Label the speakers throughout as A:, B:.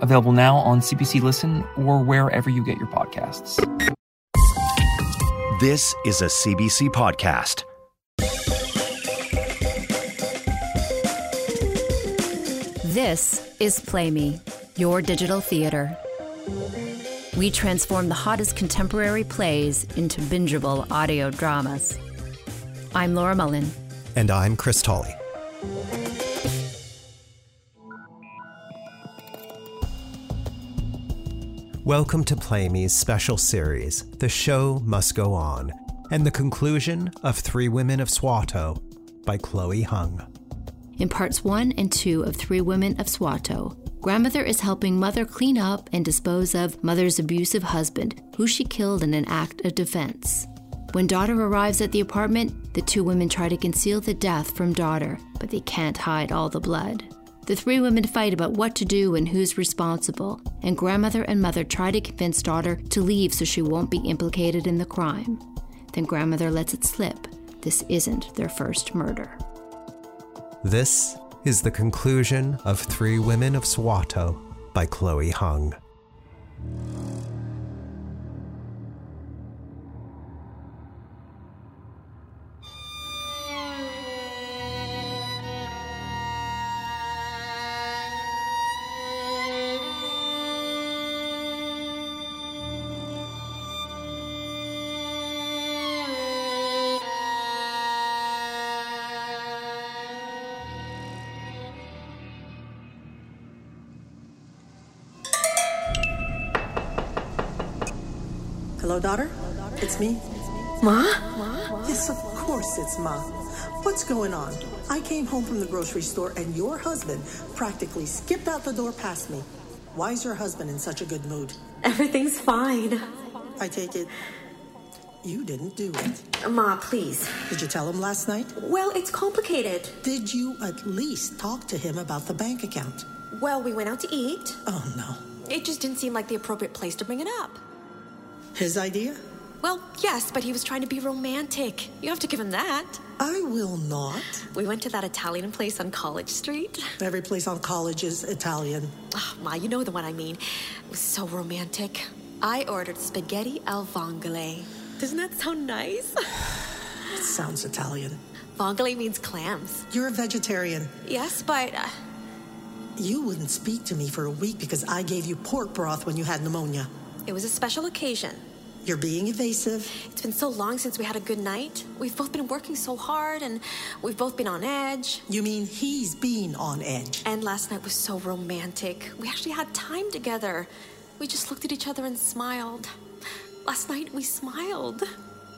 A: available now on CBC Listen or wherever you get your podcasts.
B: This is a CBC podcast.
C: This is Play Me, your digital theater. We transform the hottest contemporary plays into bingeable audio dramas. I'm Laura Mullen.
B: And I'm Chris Tolley.
D: Welcome to Play Me's special series, The Show Must Go On, and the conclusion of Three Women of Swato by Chloe Hung.
C: In parts one and two of Three Women of Swato, grandmother is helping mother clean up and dispose of mother's abusive husband, who she killed in an act of defense. When daughter arrives at the apartment, the two women try to conceal the death from daughter, but they can't hide all the blood. The three women fight about what to do and who's responsible, and grandmother and mother try to convince daughter to leave so she won't be implicated in the crime. Then grandmother lets it slip. This isn't their first murder.
D: This is the conclusion of Three Women of Swato by Chloe Hung.
E: Hello, daughter? It's me.
F: Ma?
E: Yes, of course it's Ma. What's going on? I came home from the grocery store and your husband practically skipped out the door past me. Why's your husband in such a good mood?
F: Everything's fine.
E: I take it you didn't do it.
F: Ma, please.
E: Did you tell him last night?
F: Well, it's complicated.
E: Did you at least talk to him about the bank account?
F: Well, we went out to eat.
E: Oh, no.
F: It just didn't seem like the appropriate place to bring it up.
E: His idea?
F: Well, yes, but he was trying to be romantic. You have to give him that.
E: I will not.
F: We went to that Italian place on College Street.
E: Every place on college is Italian.
F: Oh, Ma, you know the one I mean. It was so romantic. I ordered spaghetti al vongole. Doesn't that sound nice?
E: It sounds Italian.
F: vongole means clams.
E: You're a vegetarian.
F: Yes, but uh,
E: You wouldn't speak to me for a week because I gave you pork broth when you had pneumonia.
F: it was a special occasion.
E: You're being evasive.
F: It's been so long since we had a good night. We've both been working so hard and we've both been on edge.
E: You mean he's been on edge?
F: And last night was so romantic. We actually had time together. We just looked at each other and smiled. Last night we smiled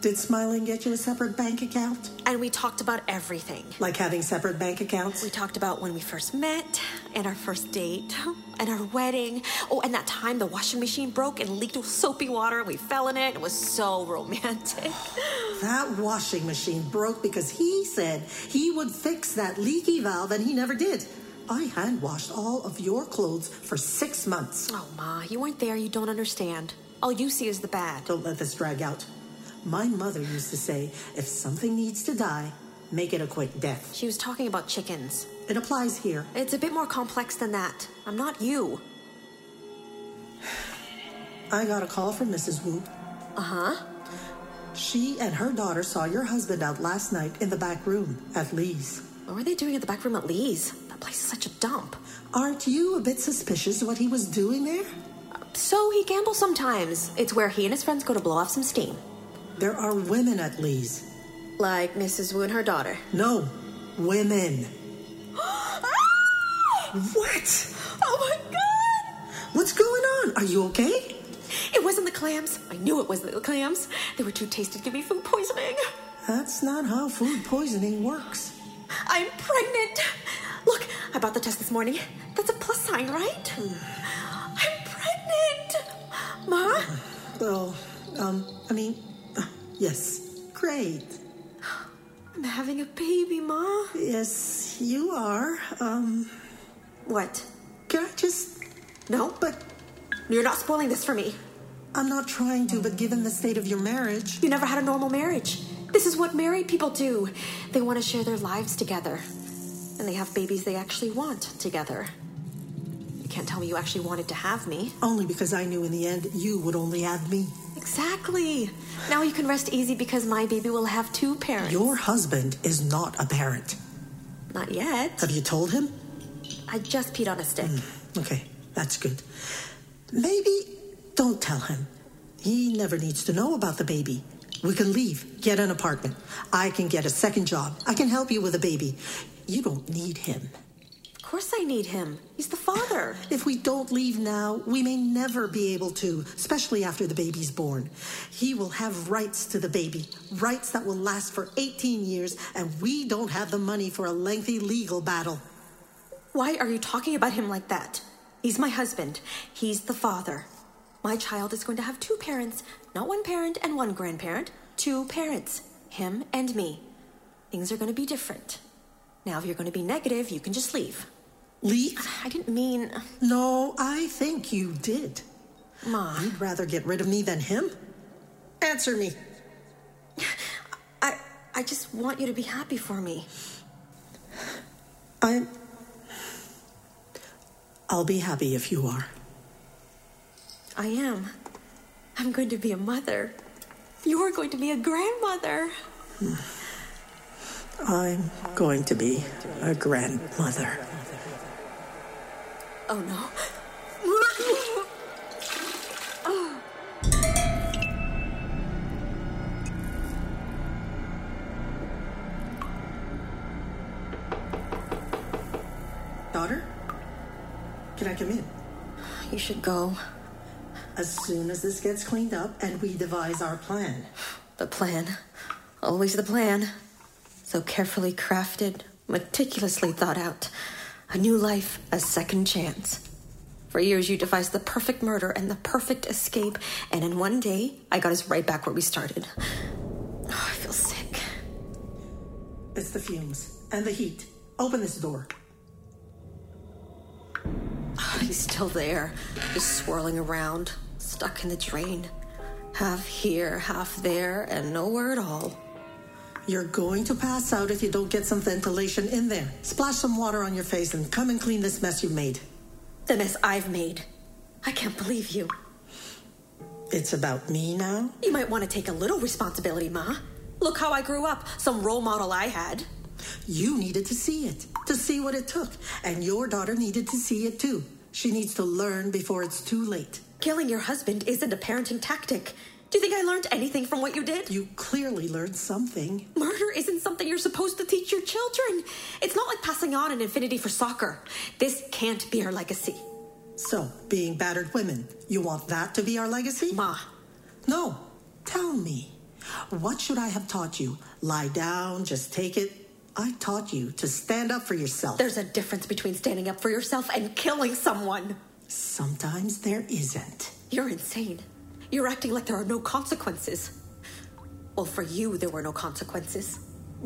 E: Did smiling get you a separate bank account?
F: and we talked about everything.
E: Like having separate bank accounts?
F: We talked about when we first met and our first date and our wedding. Oh, and that time the washing machine broke and leaked with soapy water and we fell in it. It was so romantic.
E: That washing machine broke because he said he would fix that leaky valve and he never did. I hand washed all of your clothes for six months.
F: Oh, Ma, you weren't there. You don't understand. All you see is the bad.
E: Don't let this drag out. My mother used to say if something needs to die, make it a quick death.
F: She was talking about chickens.
E: It applies here.
F: It's a bit more complex than that. I'm not you.
E: I got a call from Mrs. Wu.
F: Uh huh.
E: She and her daughter saw your husband out last night in the back room at Lee's.
F: What were they doing at the back room at Lee's? That place is such a dump.
E: Aren't you a bit suspicious of what he was doing there?
F: So he gambles sometimes. It's where he and his friends go to blow off some steam.
E: There are women at Lee's.
F: Like Mrs. Wu and her daughter.
E: No, women. What?
F: Oh my god!
E: What's going on? Are you okay?
F: It wasn't the clams. I knew it wasn't the clams. They were too tasty to give me food poisoning.
E: That's not how food poisoning works.
F: I'm pregnant. Look, I bought the test this morning. That's a plus sign, right? I'm pregnant. Ma,
E: Well, Um, I mean, uh, yes. Great.
F: I'm having a baby, Ma.
E: Yes, you are. Um,
F: What?
E: can I just.
F: No?
E: But
F: You're not spoiling this for me.
E: I'm not trying to, but given the state of your marriage.
F: You never had a normal marriage. This is what married people do. They want to share their lives together. And they have babies they actually want together. You can't tell me you actually wanted to have me.
E: Only because I knew in the end you would only have me.
F: Exactly. Now you can rest easy because my baby will have two parents.
E: Your husband is not a parent.
F: Not yet.
E: Have you told him?
F: I just peed on a stick.
E: Okay, that's good. Maybe don't tell him. He never needs to know about the baby. We can leave, get an apartment. I can get a second job. I can help you with a baby. You don't need him.
F: Of course I need him. He's the father.
E: If we don't leave now, we may never be able to, especially after the baby's born. He will have rights to the baby, rights that will last for 18 years, and we don't have the money for a lengthy legal battle.
F: Why are you talking about him like that? He's my husband. He's the father. My child is going to have two parents, not one parent and one grandparent, two parents, him and me. Things are going to be different. Now, if you're going to be negative, you can just leave.
E: Leave?
F: I didn't mean.
E: No, I think you did.
F: Ma,
E: You'd rather get rid of me than him? Answer me.
F: I, I just want you to be happy for me.
E: I'm. I'll be happy if you are.
F: I am. I'm going to be a mother. You're going to be a grandmother.
E: I'm going to be a grandmother.
F: Oh no.
E: Daughter? Can I come in?
F: you should go.
E: As soon as this gets cleaned up and we devise our plan.
F: The plan. Always the plan. So carefully crafted, meticulously thought out. A new life, a second chance. For years, you devised the perfect murder and the perfect escape, and in one day, I got us right back where we started. Oh, I feel sick.
E: It's the fumes and the heat. Open this door.
F: Oh, he's still there, just swirling around, stuck in the drain. Half here, half there, and nowhere at all.
E: You're going to pass out if you don't get some ventilation in there. Splash some water on your face and come and clean this mess you made.
F: The mess I've made. I can't believe you.
E: It's about me now?
F: You might want to take a little responsibility, Ma. Look how I grew up. Some role model I had.
E: You needed to see it, to see what it took. And your daughter needed to see it too. She needs to learn before it's too late.
F: Killing your husband isn't a parenting tactic. Do you think I learned anything from what you did?
E: You clearly learned something.
F: Murder isn't something you're supposed to teach your children. It's not like passing on an infinity for soccer. This can't be our legacy.
E: So, being battered women, you want that to be our legacy?
F: Ma,
E: No. Tell me. What should I have taught you? Lie down, just take it. I taught you to stand up for yourself.
F: there's a difference between standing up for yourself and killing someone.
E: Sometimes there isn't.
F: You're insane. You're acting like there are no consequences. Well, for you, there were no consequences.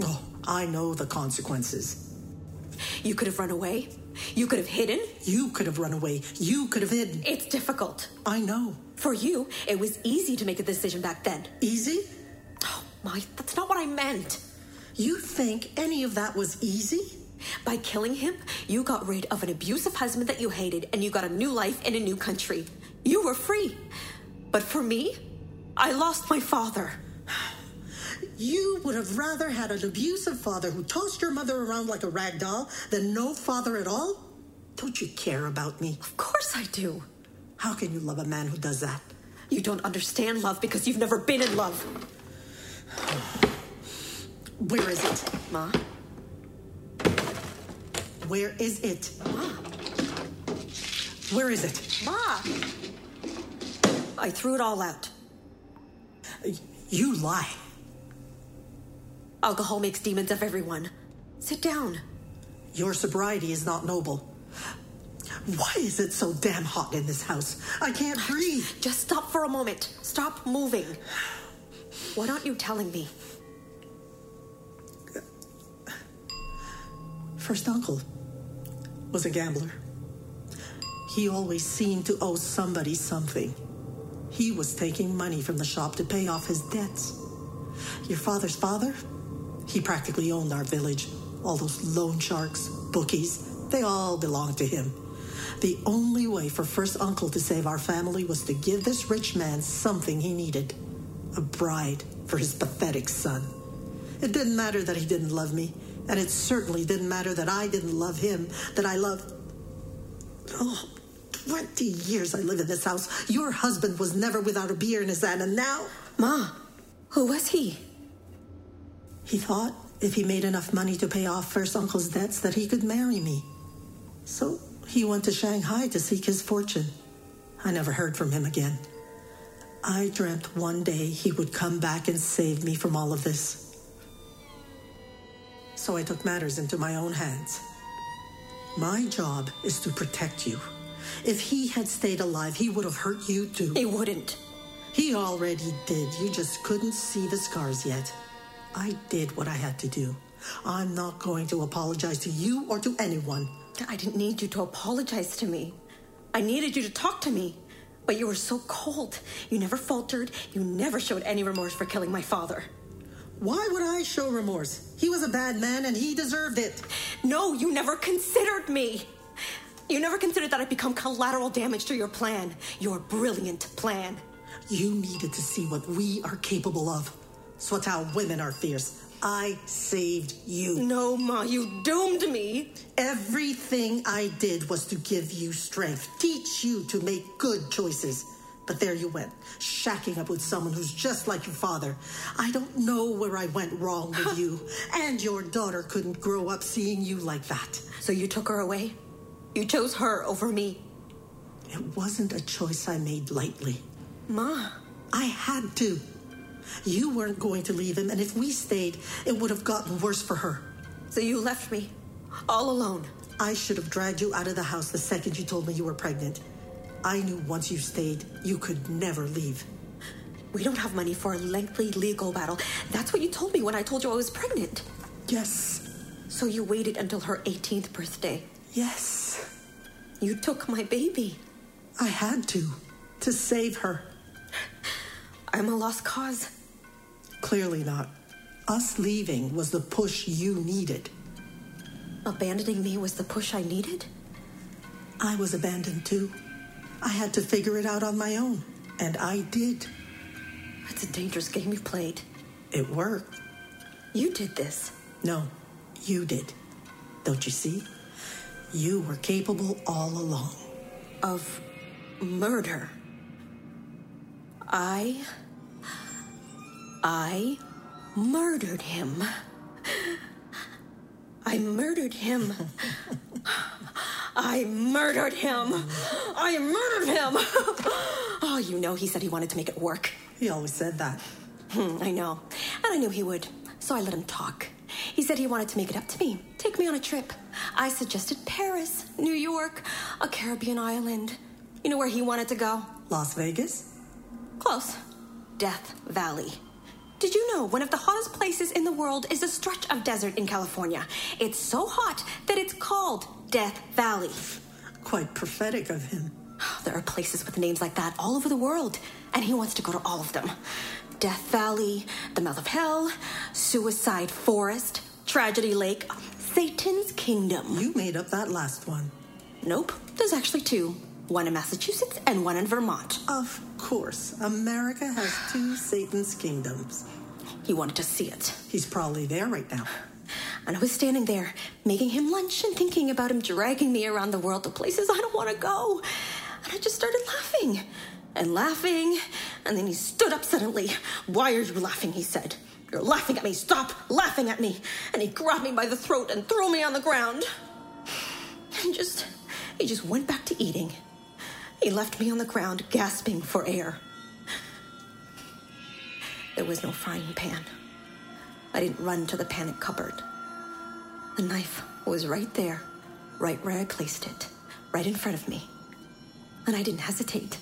E: Oh, I know the consequences.
F: You could have run away. You could have hidden.
E: You could have run away. You could have hidden.
F: It's difficult.
E: I know.
F: For you, it was easy to make a decision back then.
E: Easy?
F: Oh, my, that's not what I meant.
E: You think any of that was easy?
F: By killing him, you got rid of an abusive husband that you hated and you got a new life in a new country. You were free. But for me, I lost my father.
E: You would have rather had an abusive father who tossed your mother around like a rag doll than no father at all? Don't you care about me?
F: Of course I do.
E: How can you love a man who does that?
F: You don't understand love because you've never been in love.
E: Where is it?
F: Ma,
E: Where is it? Where is it?
F: Ma! I threw it all out.
E: You lie.
F: Alcohol makes demons of everyone. Sit down.
E: Your sobriety is not noble. Why is it so damn hot in this house? I can't breathe.
F: Just stop for a moment. Stop moving. What aren't you telling me?
E: First uncle was a gambler. He always seemed to owe somebody something. He was taking money from the shop to pay off his debts. Your father's father? He practically owned our village. All those loan sharks, bookies, they all belonged to him. The only way for first uncle to save our family was to give this rich man something he needed a bride for his pathetic son. It didn't matter that he didn't love me, and it certainly didn't matter that I didn't love him, that I loved. Oh, 20 years I live in this house. Your husband was never without a beer in his hand, and now.
F: Ma, who was he?
E: He thought if he made enough money to pay off first uncle's debts that he could marry me. So he went to Shanghai to seek his fortune. I never heard from him again. I dreamt one day he would come back and save me from all of this. So I took matters into my own hands. My job is to protect you. If he had stayed alive, he would have hurt you too.
F: He wouldn't.
E: He already did. You just couldn't see the scars yet. I did what I had to do. I'm not going to apologize to you or to anyone.
F: I didn't need you to apologize to me. I needed you to talk to me. But you were so cold. You never faltered. You never showed any remorse for killing my father.
E: Why would I show remorse? He was a bad man and he deserved it.
F: No, you never considered me. You never considered that I'd become collateral damage to your plan, your brilliant plan.
E: You needed to see what we are capable of. So it's how women are fierce. I saved you.
F: No, Ma, you doomed me.
E: Everything I did was to give you strength, teach you to make good choices. But there you went, shacking up with someone who's just like your father. I don't know where I went wrong with you. And your daughter couldn't grow up seeing you like that.
F: So you took her away? You chose her over me?
E: It wasn't a choice I made lightly.
F: Ma.
E: I had to. You weren't going to leave him, and if we stayed, it would have gotten worse for her.
F: So you left me, all alone.
E: I should have dragged you out of the house the second you told me you were pregnant. I knew once you stayed, you could never leave.
F: We don't have money for a lengthy legal battle. That's what you told me when I told you I was pregnant.
E: Yes.
F: So you waited until her 18th birthday?
E: Yes.
F: You took my baby.
E: I had to, to save her.
F: I'm a lost cause.
E: Clearly not. Us leaving was the push you needed.
F: Abandoning me was the push I needed?
E: I was abandoned too. I had to figure it out on my own, and I did.
F: It's a dangerous game you played.
E: It worked.
F: You did this.
E: No, you did. Don't you see? You were capable all along.
F: Of murder. I. I murdered him. I murdered him. I murdered him. I murdered him. oh, you know, he said he wanted to make it work.
E: He always said that.
F: Hmm, I know. And I knew he would. So I let him talk. He said he wanted to make it up to me, take me on a trip. I suggested Paris, New York, a Caribbean island. You know where he wanted to go?
E: Las Vegas?
F: Close. Death Valley. Did you know one of the hottest places in the world is a stretch of desert in California? It's so hot that it's called Death Valley.
E: Quite prophetic of him.
F: There are places with names like that all over the world, and he wants to go to all of them Death Valley, the Mouth of Hell, Suicide Forest, Tragedy Lake, Satan's Kingdom.
E: You made up that last one.
F: Nope, there's actually two one in Massachusetts and one in Vermont.
E: Of course, America has two Satan's kingdoms.
F: He wanted to see it.
E: He's probably there right now.
F: And I was standing there, making him lunch and thinking about him dragging me around the world to places I don't want to go. And I just started laughing and laughing. And then he stood up suddenly. Why are you laughing? He said. You're laughing at me. Stop laughing at me. And he grabbed me by the throat and threw me on the ground. And just, he just went back to eating. He left me on the ground, gasping for air. There was no frying pan. I didn't run to the panic cupboard. The knife was right there, right where I placed it, right in front of me. And I didn't hesitate.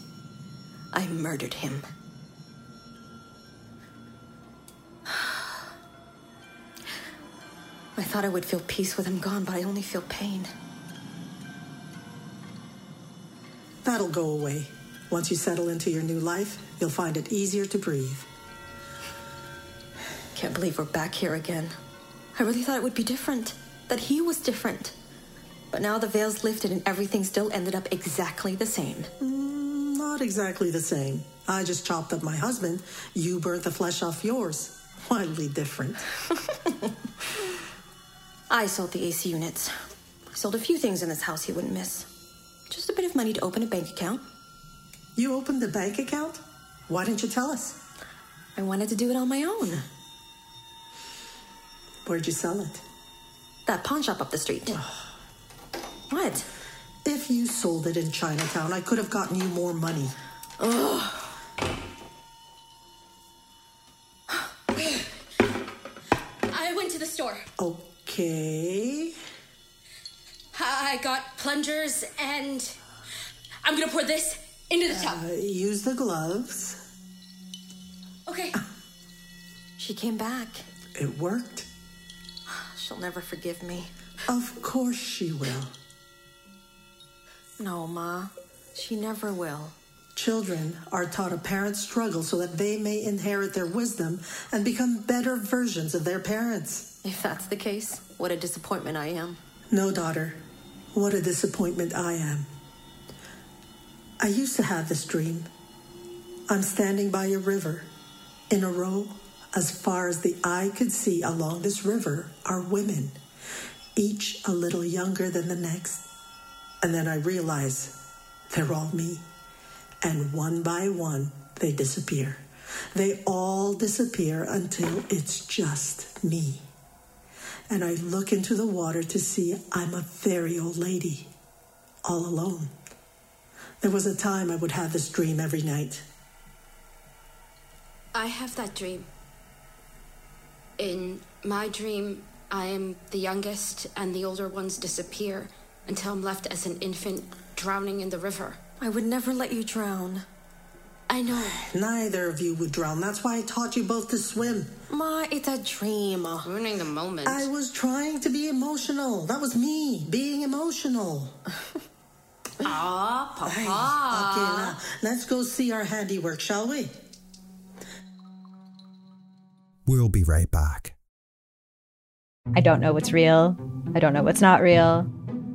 F: I murdered him. I thought I would feel peace with him gone, but I only feel pain.
E: That'll go away. Once you settle into your new life, you'll find it easier to breathe.
F: Can't believe we're back here again. I really thought it would be different, that he was different. But now the veil's lifted and everything still ended up exactly the same.
E: Not exactly the same. I just chopped up my husband. You burnt the flesh off yours. Wildly different.
F: I sold the AC units. I sold a few things in this house he wouldn't miss. Just a bit of money to open a bank account.
E: You opened the bank account? Why didn't you tell us?
F: I wanted to do it on my own.
E: Where'd you sell it?
F: That pawn shop up the street. what?
E: If you sold it in Chinatown, I could have gotten you more money.
G: I went to the store.
E: Okay.
G: I got plungers and I'm gonna pour this into the tub.
E: Uh, use the gloves.
G: Okay.
F: She came back.
E: It worked.
F: She'll never forgive me.
E: Of course she will.
F: No, Ma. She never will.
E: Children are taught a parent's struggle so that they may inherit their wisdom and become better versions of their parents.
F: If that's the case, what a disappointment I am.
E: No, daughter. What a disappointment I am. I used to have this dream. I'm standing by a river. In a row, as far as the eye could see along this river, are women, each a little younger than the next. And then I realize they're all me. And one by one, they disappear. They all disappear until it's just me. And I look into the water to see I'm a very old lady, all alone. There was a time I would have this dream every night.
G: I have that dream. In my dream, I am the youngest, and the older ones disappear until I'm left as an infant drowning in the river.
F: I would never let you drown.
G: I know.
E: Neither of you would drown. That's why I taught you both to swim.
F: Ma, it's a dream.
G: Ruining the moment.
E: I was trying to be emotional. That was me being emotional.
G: Ah, Papa.
E: Hey, Okay, now let's go see our handiwork, shall we?
D: We'll be right back.
H: I don't know what's real. I don't know what's not real.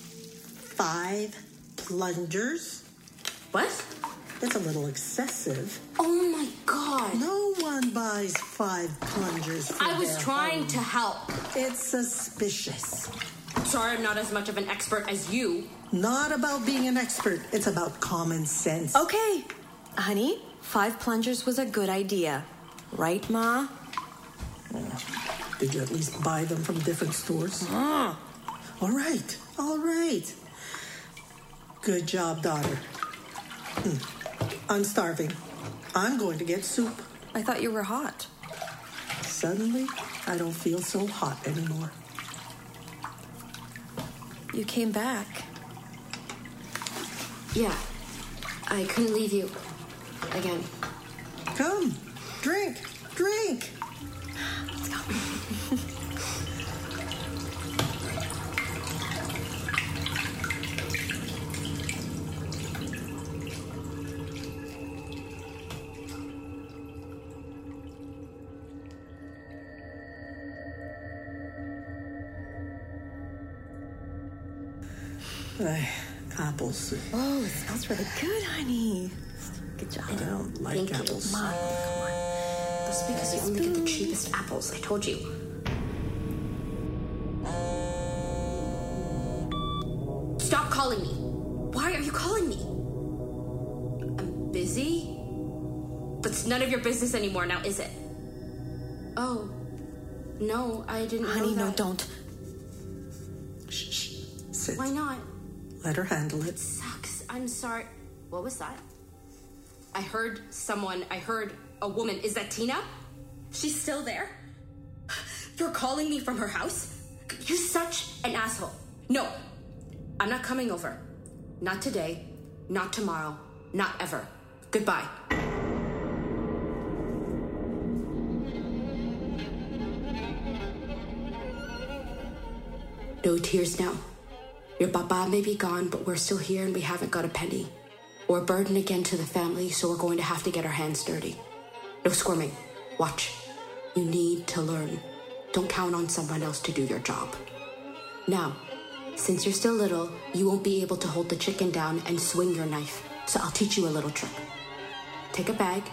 E: Five plungers.
G: What?
E: That's a little excessive.
G: Oh my god.
E: No one buys five plungers. for
G: I was
E: their
G: trying
E: home.
G: to help.
E: It's suspicious.
G: Sorry I'm not as much of an expert as you.
E: Not about being an expert. It's about common sense.
G: Oh.
F: Okay. Honey, five plungers was a good idea. Right, Ma?
E: Did you at least buy them from different stores?
G: Ah.
E: All right. All right. Good job, daughter. Hmm. I'm starving. I'm going to get soup.
F: I thought you were hot.
E: Suddenly, I don't feel so hot anymore.
F: You came back.
G: Yeah. I couldn't leave you. Again.
E: Come, drink, drink. Eh, Apple soup.
F: Oh, it smells really good, honey. Good job.
E: I don't like
G: Thank
E: apple
G: you.
E: soup.
G: Mom, come on. That's because you only get the cheapest apples, I told you.
F: It's none of your business anymore now, is it? Oh, no, I didn't.
I: Honey, no,
F: know that.
I: don't.
E: Sit.
F: Why not?
E: Let her handle it.
F: Sucks. I'm sorry. What was that? I heard someone. I heard a woman. Is that Tina? She's still there? You're calling me from her house? You're such an asshole. No, I'm not coming over. Not today. Not tomorrow. Not ever. Goodbye. No tears now. Your papa may be gone, but we're still here and we haven't got a penny. We're a burden again to the family, so we're going to have to get our hands dirty. No squirming. Watch. You need to learn. Don't count on someone else to do your job. Now, since you're still little, you won't be able to hold the chicken down and swing your knife, so I'll teach you a little trick. Take a bag,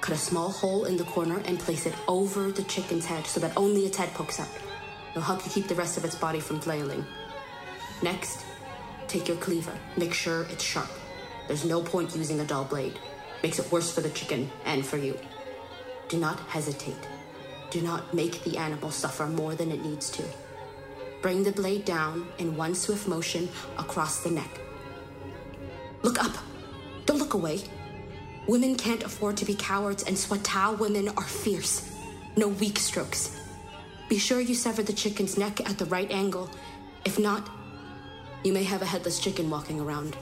F: cut a small hole in the corner, and place it over the chicken's head so that only its head pokes out. It'll help you keep the rest of its body from flailing. Next, take your cleaver. Make sure it's sharp. There's no point using a dull blade. Makes it worse for the chicken and for you. Do not hesitate. Do not make the animal suffer more than it needs to. Bring the blade down in one swift motion across the neck. Look up. Don't look away. Women can't afford to be cowards, and Swatau women are fierce. No weak strokes. Be sure you sever the chicken's neck at the right angle. If not, you may have a headless chicken walking around.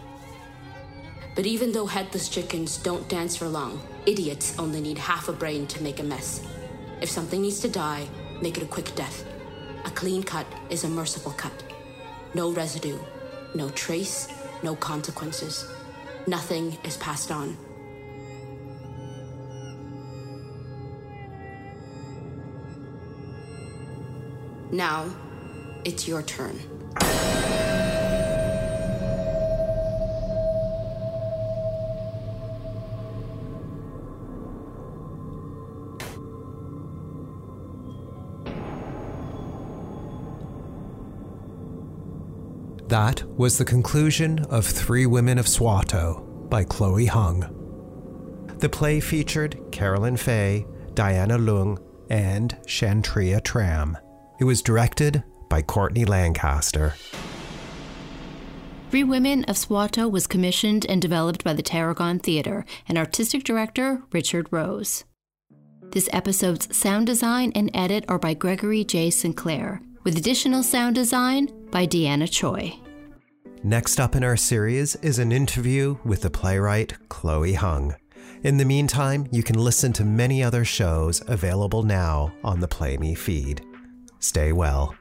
F: But even though headless chickens don't dance for long, idiots only need half a brain to make a mess. If something needs to die, make it a quick death. A clean cut is a merciful cut. No residue, no trace, no consequences. Nothing is passed on. Now, it's your turn.
D: That was the conclusion of Three Women of Swato by Chloe Hung. The play featured Carolyn Fay, Diana Lung, and Shantria Tram. It was directed by Courtney Lancaster.
C: Three Women of Swato was commissioned and developed by the Tarragon Theater and artistic director Richard Rose. This episode's sound design and edit are by Gregory J. Sinclair, with additional sound design by Deanna Choi.
D: Next up in our series is an interview with the playwright Chloe Hung. In the meantime, you can listen to many other shows available now on the Play Me feed. Stay well.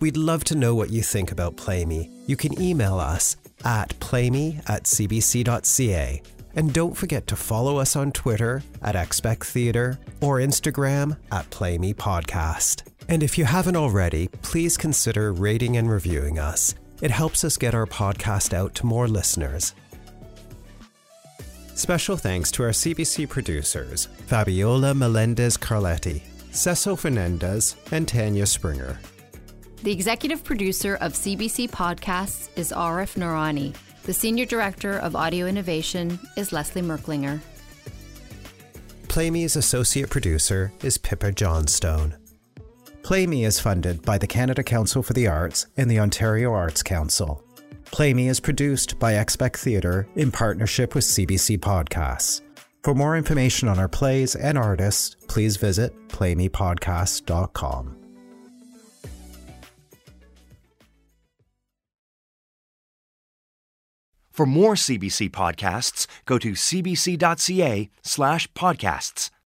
D: We'd love to know what you think about Play Me. You can email us at playme at cbc.ca. And don't forget to follow us on Twitter at Expect Theatre or Instagram at Play Me Podcast. And if you haven't already, please consider rating and reviewing us. It helps us get our podcast out to more listeners. Special thanks to our CBC producers, Fabiola Melendez Carletti, Cecil Fernandez, and Tanya Springer.
C: The executive producer of CBC Podcasts is Arif Narani. The senior director of audio innovation is Leslie Merklinger.
D: Play Me's associate producer is Pippa Johnstone. Play Me is funded by the Canada Council for the Arts and the Ontario Arts Council. Play Me is produced by Expect Theatre in partnership with CBC Podcasts. For more information on our plays and artists, please visit playmepodcast.com.
B: For more CBC podcasts, go to cbc.ca slash podcasts.